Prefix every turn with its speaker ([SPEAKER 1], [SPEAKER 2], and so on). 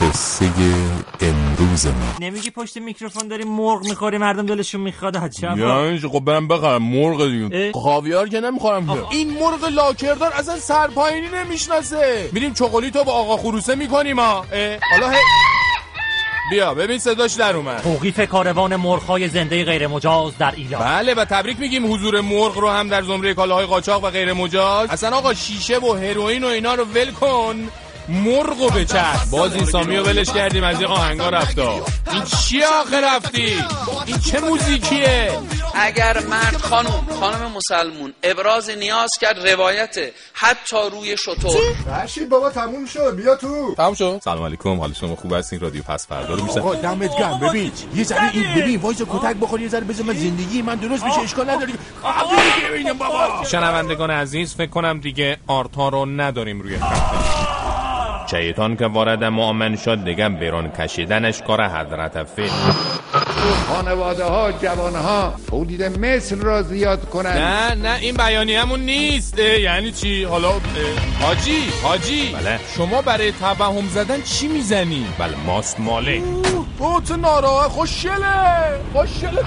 [SPEAKER 1] قصه امروز ما
[SPEAKER 2] نمیگی پشت میکروفون داری مرغ میخوری مردم دلشون میخواد عجب
[SPEAKER 3] یعنی چی؟ خب برم بخرم مرغ دیگه خب
[SPEAKER 2] اه؟
[SPEAKER 3] خاویار که نمیخورم که این مرغ لاکردار اصلا سرپاینی نمیشناسه میریم چوکولیتو با آقا خروسه میکنیم ها اه، حالا هی- بیا ببین صداش در اومد
[SPEAKER 2] توقیف کاروان مرغهای زنده غیر مجاز در ایران
[SPEAKER 3] بله و تبریک میگیم حضور مرغ رو هم در زمره کالاهای قاچاق و غیر مجاز اصلا آقا شیشه و هروئین و اینا رو ول کن مرغ و بچست باز این سامی رو ولش کردیم از این آهنگا رفتا این چی آخه رفتی این چه موزیکیه
[SPEAKER 4] اگر مرد خانم خانم مسلمون ابراز نیاز کرد روایت حتی روی شطور
[SPEAKER 5] فرشید بابا تموم شد بیا تو
[SPEAKER 3] تموم شد
[SPEAKER 1] سلام علیکم حال شما خوب هستین رادیو پس فردا رو
[SPEAKER 3] آقا
[SPEAKER 1] میشن
[SPEAKER 3] دمت گرم ببین یه ذره این ببین وایس کتک بخور یه ذره بذار من زندگی من درست میشه اشکال نداری بابا شنوندگان عزیز فکر کنم دیگه آرتا رو نداریم روی خط شیطان که وارد مؤمن شد دیگه بیرون کشیدنش کار حضرت فیل
[SPEAKER 5] خانواده ها جوان ها تولید مثل را زیاد کنند
[SPEAKER 3] نه نه این بیانیه‌مون نیست اه، یعنی چی حالا اه، حاجی حاجی
[SPEAKER 1] بله.
[SPEAKER 3] شما برای توهم زدن چی میزنی
[SPEAKER 1] بله ماست ماله
[SPEAKER 3] او تو ناراحت خوشگله خوشگله